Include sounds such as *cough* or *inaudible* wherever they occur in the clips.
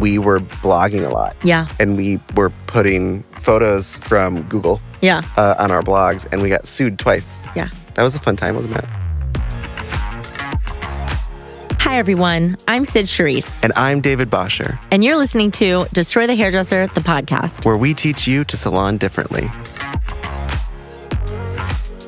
we were blogging a lot Yeah. and we were putting photos from Google Yeah. uh, on our blogs and we got sued twice. Yeah. That was a fun time, wasn't it? Hi, everyone. I'm Sid Charisse, And I'm David Bosher, and you're listening to Destroy the Hairdresser, the podcast. where we teach you to salon differently.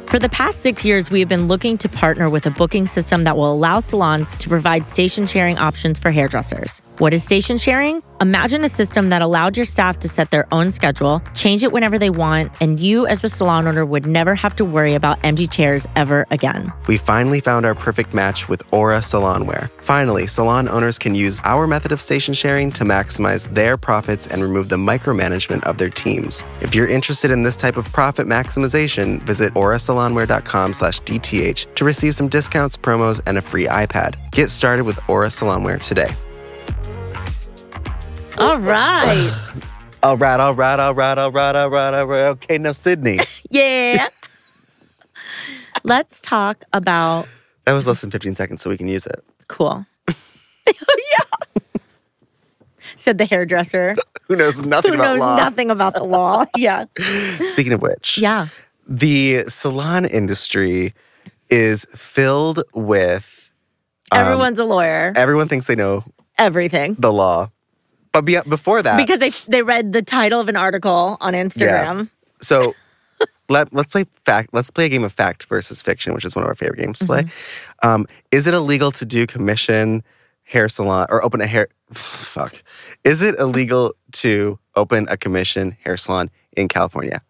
For the past six years, we have been looking to partner with a booking system that will allow salons to provide station sharing options for hairdressers. What is station sharing? Imagine a system that allowed your staff to set their own schedule, change it whenever they want, and you, as the salon owner, would never have to worry about empty chairs ever again. We finally found our perfect match with Aura Salonware. Finally, salon owners can use our method of station sharing to maximize their profits and remove the micromanagement of their teams. If you're interested in this type of profit maximization, visit aurasalonware.com slash DTH to receive some discounts, promos, and a free iPad. Get started with Aura Salonware today. All right. All right, all right, all right, all right, all right, all right. Okay, now *laughs* Sydney. Yeah. Let's talk about That was less than 15 seconds, so we can use it. cool. *laughs* yeah. Said the hairdresser Who knows nothing who about knows law? nothing about the law. *laughs* Yeah. Speaking of which. Yeah. the salon industry is filled with um, Everyone's a lawyer. everyone thinks they know Everything. the law, but be- before that, Because they they read the title of an article on Instagram. so *laughs* let let's play fact. Let's play a game of fact versus fiction, which is one of our favorite games to play. Mm-hmm. Um, is it illegal to do commission hair salon or open a hair? *sighs* Fuck, is it illegal to open a commission hair salon in California?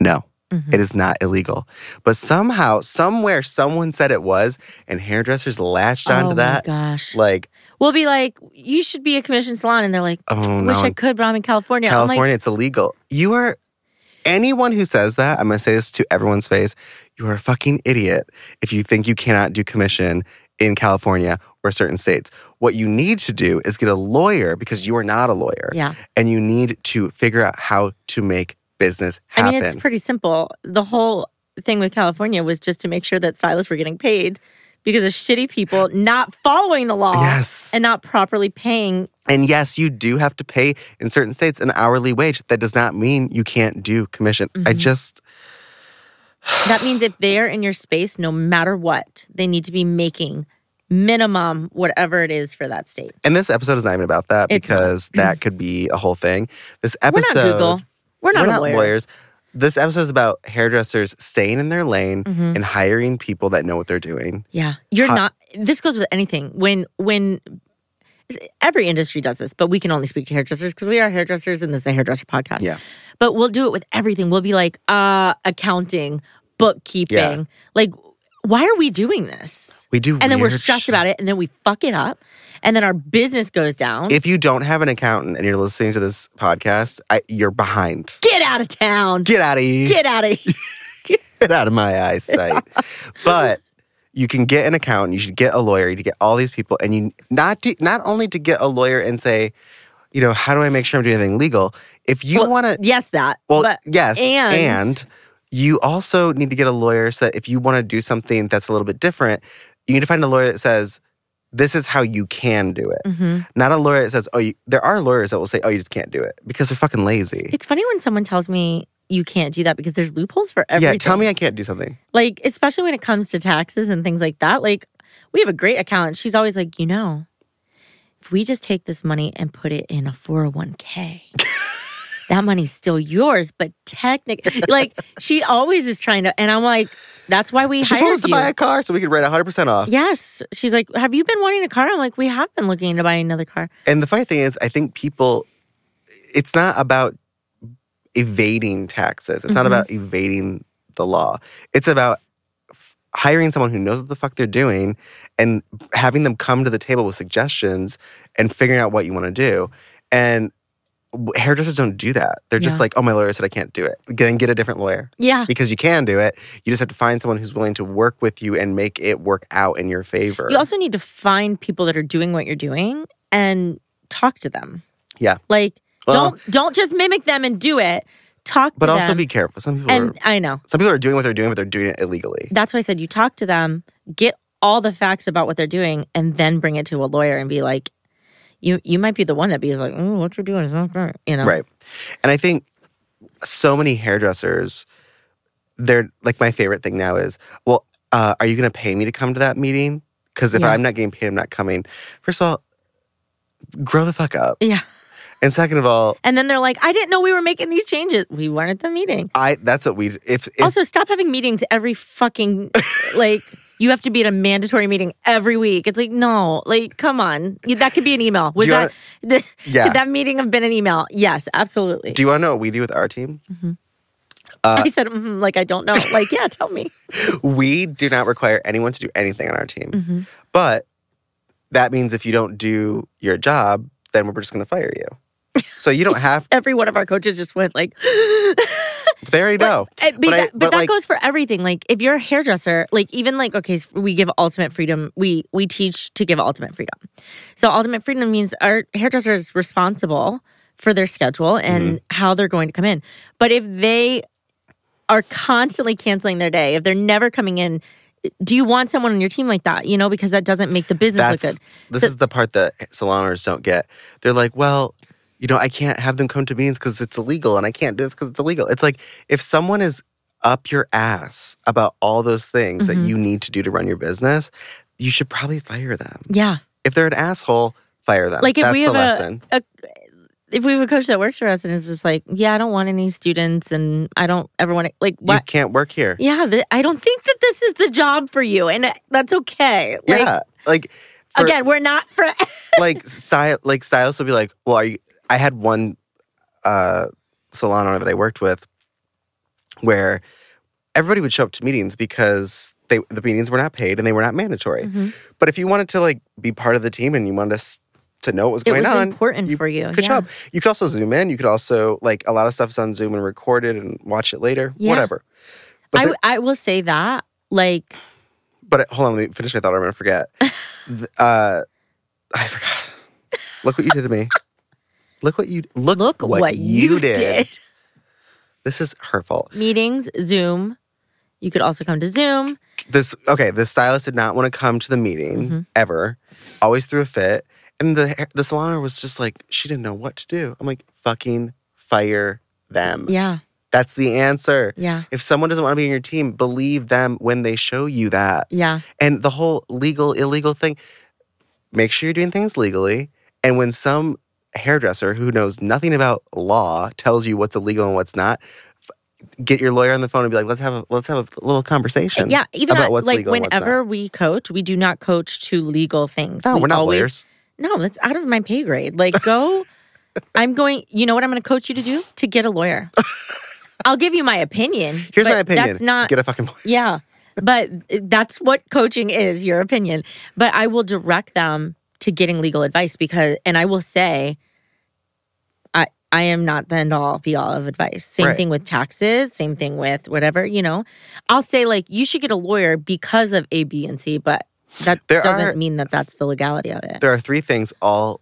No. Mhm. It is not illegal. But somehow, somewhere, someone said it was, and hairdressers latched oh onto my that. gosh. Like, we'll be like, you should be a commission salon. And they're like, oh wish no, I could, but I'm in California. I'm like, California, it's illegal. You are anyone who says that, I'm gonna say this to everyone's face. You are a fucking idiot if you think you cannot do commission in California or certain states. What you need to do is get a lawyer because you are not a lawyer yeah. and you need to figure out how to make business I happen. mean, it's pretty simple. The whole thing with California was just to make sure that stylists were getting paid because of shitty people not following the law yes. and not properly paying. And yes, you do have to pay in certain states an hourly wage. That does not mean you can't do commission. I Mhm. just, That means if they're in your space, no matter what, they need to be making minimum whatever it is for that state. and this episode is not even about that It's not. because *laughs* that could be a whole thing. This We're episode, not Google. We're not, we're a lawyer. lawyers. This episode is about hairdressers staying in their lane Mhm. and hiring people that know what they're doing. Yeah, you're Hi- not. This goes with anything. When when every industry does this, but we can only speak to hairdressers because we are hairdressers and this is a hairdresser podcast. Yeah. but we'll do it with everything. We'll be like uh accounting, bookkeeping. Yeah. Like, why are we doing this? We do, And then we're weird stressed shit. about it, and then we fuck it up, and then our business goes down. If you don't have an accountant and you're listening to this podcast, I, you're behind. Get out of town. Get out of here. Get out of here. *laughs* get out of my eyesight. but you can get an accountant, you should get a lawyer, you should get all these people, and you not do, not only to get a lawyer and say, you know, how do I make sure I'm doing anything legal? If you Well, want to, yes, that. well, but yes, and- and you also need to get a lawyer so that if you want to do something that's a little bit different, you need to find a lawyer that says. This is how you can do it. Mhm. Not a lawyer that says, "Oh, you, there are lawyers that will say, "Oh, you just can't do it" because they're fucking lazy." it's funny when someone tells me you can't do that because there's loopholes for everything. Yeah, tell me I can't do something. like especially when it comes to taxes and things like that like we have a great accountant she's always like you know if we just take this money and put it in *laughs* a 401k that money's still yours but technically like she always is trying to and i'm like that's why we She told us hired to you buy a car so we could write 100% off. yes she's like have you been wanting a car i'm like we have been looking into buying another car And the funny thing is, I think people, it's not about evading taxes. It's not Mhm. about evading the law. It's about f- hiring someone who knows what the fuck they're doing and having them come to the table with suggestions and figuring out what you want to do. And w- hairdressers don't do that. They're just Yeah. like, oh, my lawyer said I can't do it. Then get a different *laughs* lawyer yeah because you can do it. You just have to find someone who's willing to work with you and make it work out in your favor. You also need to find people that are doing what you're doing and talk to them. Yeah. Like Well- don't don't just mimic them and do it. Talk to but them. also be careful. Some people are and I know. Some people are doing what they're doing, but they're doing it illegally. That's why I said you talk to them, get all the facts about what they're doing and then bring it to a lawyer and be like you you might be the one that be like, oh, what you're doing is not great. You know, Right. And I think so many hairdressers, they're like my favorite thing now is, well, uh, are you going to pay me to come to that meeting? Because if Yeah. I'm not getting paid, I'm not coming. First of all, grow the fuck up. Yeah. And second of all, And then they're like, I didn't know we were making these changes. We weren't at the meeting. I that's what we if, if also, stop having meetings every fucking *laughs* like. You have to be at a mandatory meeting every week. It's like no, like come on, You- that could be an email. Would you that yeah. *laughs* could that meeting have been an email? Yes, absolutely. do uh, you want to know what we do with our team? I said mm, like I don't know. Like yeah, *laughs* tell me. We do not require anyone to do anything on our team. hmm But that means if you don't do your job, then we're just going to fire you. So you *laughs* don't have. Every one of our coaches just went like. They already know. I- Eh, but, But I- that, but but, that like- goes for everything. Like if you're a hairdresser, like even like okay, we give ultimate freedom. We we teach to give ultimate freedom. So ultimate freedom means our hairdresser is responsible for their schedule and Mm-hmm. how they're going to come in. But if they are constantly canceling their day, if they're never coming in, do you want someone on your team like that? You know, because that doesn't make the business look That's good. this So- is the part that salon owners don't get. They're like, well, you know, I can't have them come to meetings because it's illegal, and I can't do this because it's illegal. It's like if someone is up your ass about all those things Mhm. that you need to do to run your business, you should probably fire them. Yeah. If they're an asshole, fire them. Like, if That's we the have a- lesson. If we have a coach that works for us and is just like, yeah, I don't want any students and I don't ever want to, like, you what? can't work here. Yeah, th- I don't think that this is the job for you, and uh, that's okay. Like, yeah, like for- again, we're not *laughs* for. like style like stylists will be like, well, are you? I had one uh, salon owner that I worked with where everybody would show up to meetings because they the meetings were not paid and they were not mandatory. Mhm. But if you wanted to like be part of the team and you wanted us to know what was It going was on, important you for you. good yeah. job. You could also zoom in. You could also like a lot of stuff's on Zoom and recorded and watch it later. Yeah. Whatever. But I, the- w- I will say that. Like, But hold on, let me finish my thought. or I'm gonna *laughs* forget. Th- uh, I forgot. Look what you did to me. Look what you look. look what, you did. *laughs* This is her fault. Meetings, Zoom. You could also come to Zoom. This okay. The stylist did not want to come to the meeting Mhm. ever. Always threw a fit, and the ha- the salon owner was just like she didn't know what to do. I'm like fucking fire them. Yeah, That's the answer. yeah, If someone doesn't want to be on your team, believe them when they show you that. yeah. and the whole legal illegal thing make sure you're doing things legally and when some hairdresser who knows nothing about law tells you what's illegal and what's not f- get your lawyer on the phone and be like let's have a let's have a little conversation Yeah, even about at- what's like legal and what's whenever we coach, we do not coach to legal things. no we we are not always, lawyers No, that's out of my pay grade. Like, *laughs* go. I'm going. You know what? I'm going to coach you to do to get a lawyer. *laughs* I'll give you my opinion. here's but my opinion That's not. get a fucking lawyer. yeah, but that's what coaching is. Your opinion, but I will direct them to getting legal advice because, and I will say, I I am not the end all be all of advice. Same Right. thing with taxes. Same thing with whatever you know. I'll say like you should get a lawyer because of A, B, and C, but that There doesn't are- mean that that's the legality of it. there are three things all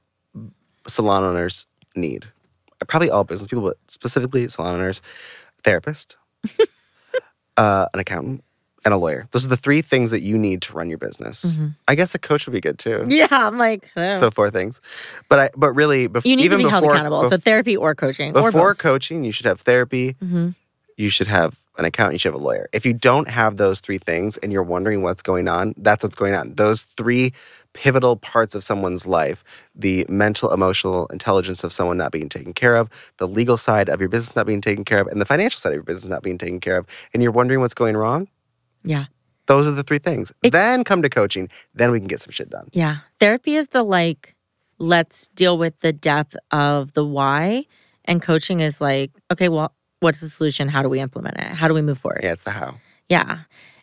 salon owners need probably all business people but specifically salon owners *laughs* therapist uh, an accountant and a lawyer those are the three things that you need to run your business Mhm. i guess a coach would be good too Yeah, I'm like, oh. so four things but i but really bef- you need even to be before, held accountable. so bef- therapy or coaching or before both. coaching you should have therapy Mhm. you should have an accountant you should have a lawyer if you don't have those three things and you're wondering what's going on that's what's going on those three pivotal parts of someone's life the mental emotional intelligence of someone not being taken care of the legal side of your business not being taken care of and the financial side of your business not being taken care of and you're wondering what's going wrong Yeah. those are the three things It's- then come to coaching then we can get some shit done Yeah. Therapy is the like, let's deal with the depth of the why. And coaching is like, okay, well, what's the solution? How do we implement it? How do we move forward? yeah it's the how Yeah.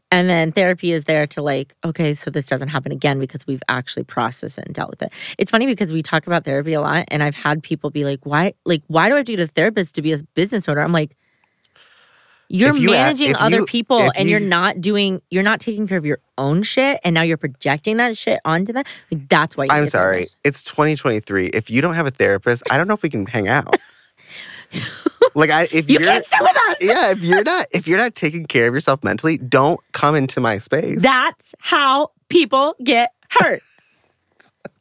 And then therapy is there to like, okay, so this doesn't happen again because we've actually processed it and dealt with it. It's funny because we talk about therapy a lot and I've had people be like, why like why do I do the therapist to be a business owner? I'm like, you're If you a- managing if other you- people if and you- you're not doing you're not taking care of your own shit and now you're projecting that shit onto them. Like that's why you I'm need a sorry. therapist. It's 2023. If you don't have a therapist, I don't know if we can hang out. *laughs* like I if You are can't sit with us. Yeah, if you're not if you're not taking care of yourself mentally, don't come into my space. *laughs* That's how people get hurt.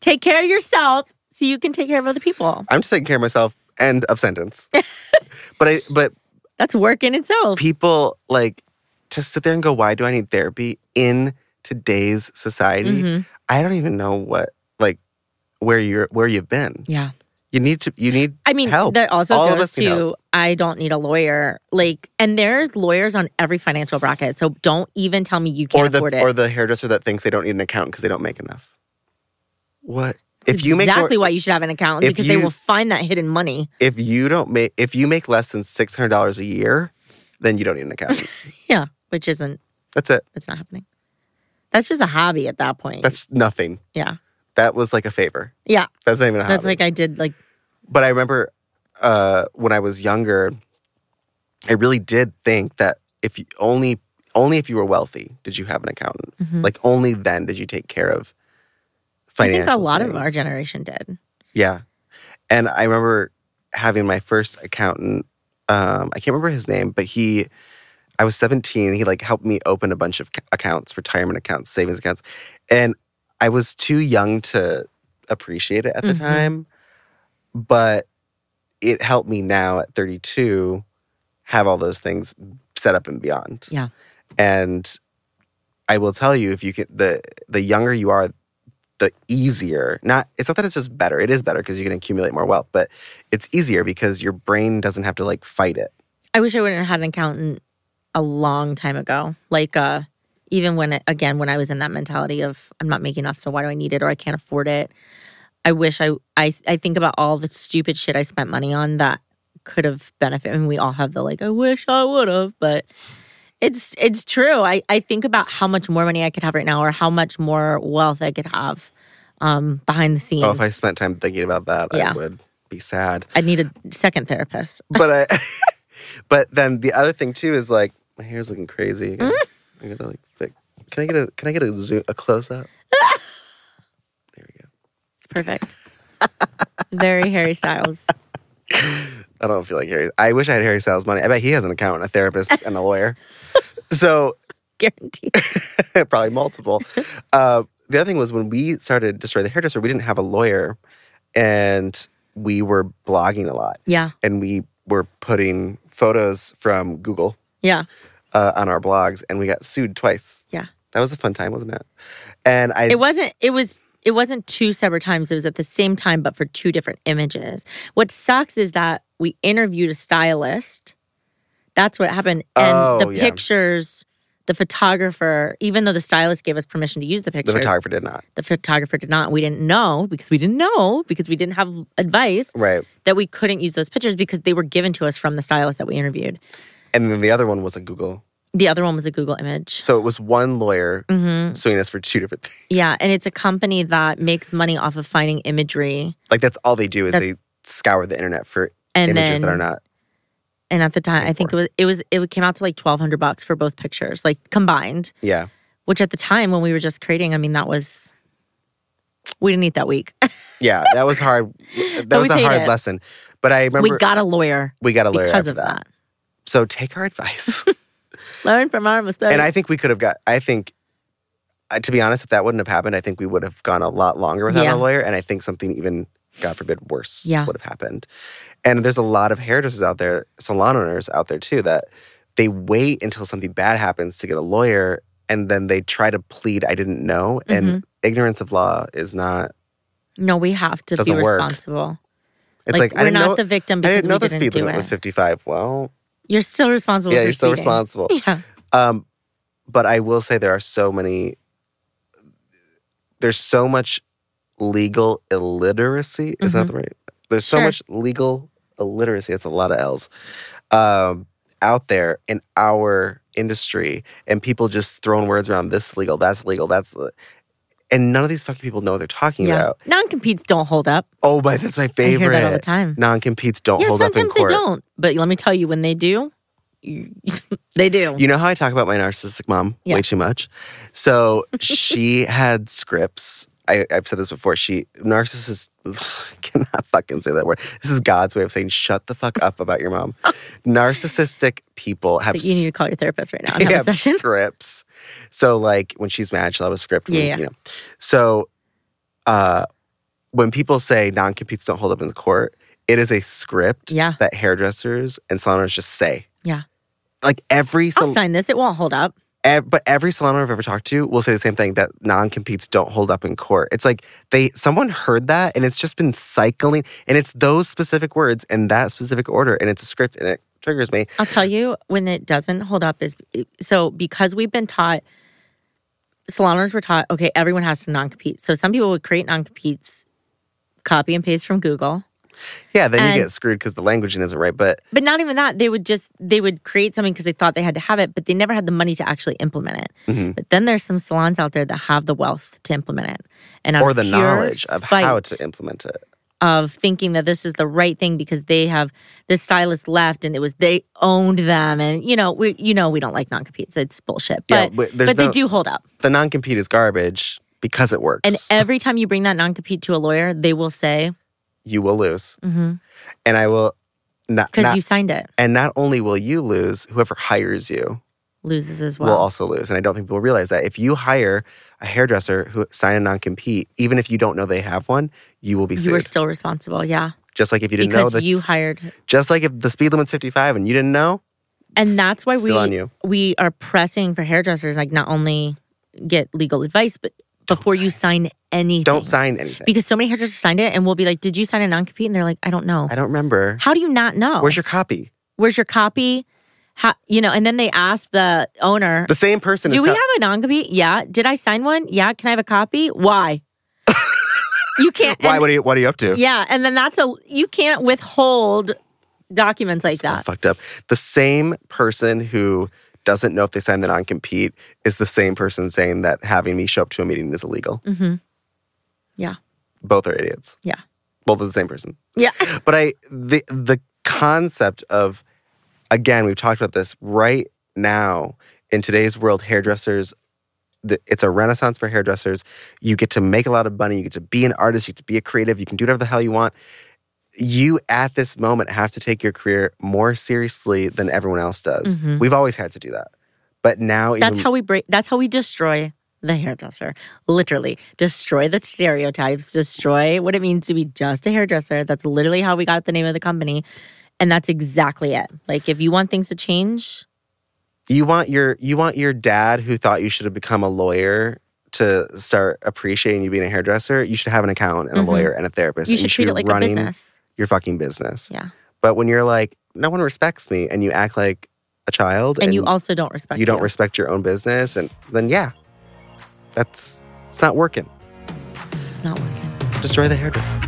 Take care of yourself so you can take care of other people. I'm just taking care of myself. End of *laughs* sentence. but I but That's work in itself. people like to sit there and go, why do I need therapy in today's society? Mhm. I don't even know what like where you're where you've been. Yeah. You need to you need I mean, help. that also All of goes us need to I don't need a lawyer. Like, and there's lawyers on every financial bracket. So don't even tell me you can't or the afford it. or the hairdresser that thinks they don't need an accountant because they don't make enough. What if you make more, exactly why you should have an accountant if because they you- will find that hidden money. if you don't make if you make less than six hundred dollars a year, then you don't need an *laughs* accountant. Yeah, which isn't. That's it. That's not happening. That's just a hobby at that point. That's nothing. yeah, That was like a favor. yeah. That's not even a That's hobby. like I did. Like but I remember uh, when I was younger, I really did think that if you only only if you were wealthy did you have an accountant. mhm. Like only then did you take care of I financial. think a lot of things. our generation did. Yeah, and I remember having my first accountant. Um, I can't remember his name, but he, I was seventeen. He like helped me open a bunch of ca- accounts, retirement accounts, savings accounts, and I was too young to appreciate it at the Mhm. time, but it helped me now at 32 have all those things set up and beyond. Yeah. And I will tell you if you can the the younger you are the easier. Not it's not that it's just better. It is better because you can accumulate more wealth, but it's easier because your brain doesn't have to like fight it. I wish I wouldn't have had an accountant a long time ago. Like uh even when again when I was in that mentality of I'm not making enough so why do I need it or I can't afford it. I wish I I I think about all the stupid shit I spent money on that could have benefited and we all have the like I wish I would have but it's it's true. I I think about how much more money I could have right now or how much more wealth I could have um behind the scenes. Oh, if I spent time thinking about that, Yeah. I would be sad. I need a second therapist. but I, *laughs* but then the other thing too is like my hair's looking crazy. Again. I gotta like fix. Can I get a can I get a zoom, a close up? there we go. It's perfect. Very Harry Styles. *laughs* I don't feel like Harry. I wish I had Harry Styles money. I bet he has an accountant, a therapist, and a lawyer. so Guaranteed. *laughs* probably multiple. Uh, the other thing was when we started Destroy the Hairdresser, we didn't have a lawyer, and we were blogging a lot, Yeah. and we were putting photos from Google Yeah. uh, on our blogs, and we got sued twice. Yeah. that was a fun time, wasn't it? And I, It wasn't it was it wasn't two separate times. It was at the same time but for two different images. What sucks is that we interviewed a stylist. That's what happened and Oh, the yeah. pictures the photographer, even though the stylist gave us permission to use the the pictures, photographer did not. the photographer did not. We didn't know because we didn't know because we didn't have advice Right, that we couldn't use those pictures because they were given to us from the stylist that we interviewed. and then the other one was a Google. The other one was a Google image. So it was one lawyer hmm suing us for two different things. Yeah, and it's a company that makes money off of finding imagery like that's all they do is That's- they scour the internet for and images then that are not. And at the time, I paid think it for. was it was it came out to like twelve hundred bucks for both pictures, like combined. Yeah, Which at the time when we were just creating, I mean, that was we didn't eat that week. *laughs* yeah, that was hard. That But was we a paid hard it. lesson. But I remember we got a lawyer we got a lawyer because after of that. that. So take our *laughs* advice. Learn from our mistakes. and I think we could have got. I think, uh, to be honest, if that wouldn't have happened, I think we would have gone a lot longer without Yeah. a lawyer. And I think something even, God forbid, worse Yeah. would have happened. And there's a lot of hairdressers out there, salon owners out there too, that they wait until something bad happens to get a lawyer, and then they try to plead, "I didn't know." Mm-hmm. And ignorance of law is not. no, we have to be Doesn't work. responsible. It's like, like, I we're didn't not know. the victim I because didn't know the we didn't speed do limit it. was 55. Well, you're still responsible. yeah, for you're still speeding. *laughs* responsible. Yeah, Um, but I will say there are so many. There's so much legal illiteracy. Is that Mhm. the right? There's so Sure. much legal illiteracy. It's a lot of L's um, out there in our industry, and people just throwing words around. This is legal. That's legal. That's, li-" and none of these fucking people know what they're talking yeah. about. Non competes don't hold up. Oh my, that's my I hear that all the favorite. time. Non competes don't yeah, hold up in sometimes they court. don't. But let me tell you, when they do, you- *laughs* they do. You know how I talk about my narcissistic mom Yeah. way too much? So she *laughs* had scripts. I, I've said this before. She narcissist ugh, I cannot fucking say that word. This is God's way of saying shut the fuck up about your *laughs* mom. Narcissistic people have But you need to call your therapist right now. and *laughs* they have have a session. scripts. So like when she's mad, she'll have a script. when- Yeah, yeah. You know. So uh when people say non competes don't hold up in the court, it is a script Yeah. that hairdressers and salon owners just say. Yeah. Like every I'll salon, sign this. It won't hold up. ev- but every salon owner I've ever talked to will say the same thing that non competes don't hold up in court. It's like they someone heard that and it's just been cycling, and it's those specific words in that specific order, and it's a script, and it triggers me. I'll tell you when it doesn't hold up is so because we've been taught salon owners were taught okay everyone has to non compete. So some people would create non competes, copy and paste from Google. Yeah, then And- you get screwed because the languaging isn't right. But But not even that they would just they would create something because they thought they had to have it, but they never had the money to actually implement it. Mhm. But then there's some salons out there that have the wealth to implement it, and out or of the pure knowledge of how spite- to implement it. of thinking that this is the right thing because they have the stylist left and it was they owned them and you know we you know we don't like non-competes it's bullshit Yeah, but but there's but they no- do hold up The non compete is garbage because it works. and e-, every time you bring that non-compete to a lawyer they will say you will lose, because and I will not. not you signed it and not only will you lose, whoever hires you loses as will well also lose. And I don't think people realize that if you hire a hairdresser who sign a non compete, even if you don't know they have one, you will be you are sued. still responsible yeah just like if you didn't know because that. you hired just like if the speed limit's fifty five and you didn't know, and that's why still on we you. we are pressing for hairdressers like not only get legal advice but before you sign anything Don't sign anything. because so many hairdressers signed it and we'll be like did you sign a non-compete and they're like I don't know I don't remember. how do you not know Where's your copy? where's your copy? How, you know, and then they ask the owner, The same person. do is we tell- have a non-compete? Yeah. Did I sign one? Yeah. Can I have a *laughs* copy? Why? you can't. Why? and- What are you? What are you up to? yeah. And then that's a, you can't withhold documents like all that. fucked up. The same person who doesn't know if they signed the non compete is the same person saying that having me show up to a meeting is illegal. Mm-hmm. Yeah. Both are idiots. Yeah. Both are the same person. Yeah. *laughs* But I the the concept of again, we've talked about this right now in today's world, hairdressers the, it's a renaissance for hairdressers. You get to make a lot of money. You get to be an artist. You get to be a creative. You can do whatever the hell you want. You at this moment have to take your career more seriously than everyone else does. Mhm. We've always had to do that, but now That's even, how we break, that's how we destroy the hairdresser. Literally destroy the stereotypes, destroy what it means to be just a hairdresser. That's literally how we got the name of the company. And that's exactly it. Like if you want things to change, you want your you want your dad who thought you should have become a lawyer to start appreciating you being a hairdresser. You should have an accountant and a Mhm. lawyer and a therapist. you and should treat be it like a running business. your fucking business. Yeah. But when you're like, no one respects me, and you act like a child, And, you also don't respect you don't it. respect your own business and then yeah that's it's not working it's not working. destroy the hairdresser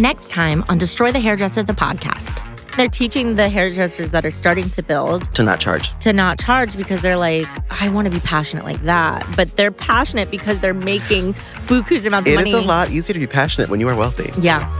Next time on Destroy the Hairdresser the podcast. They're teaching the hairdressers that are starting to build to not charge to not charge because they're like, I want to be passionate like that. But they're passionate because they're making buku's amounts It of is money. a lot easier to be passionate when you are wealthy Yeah.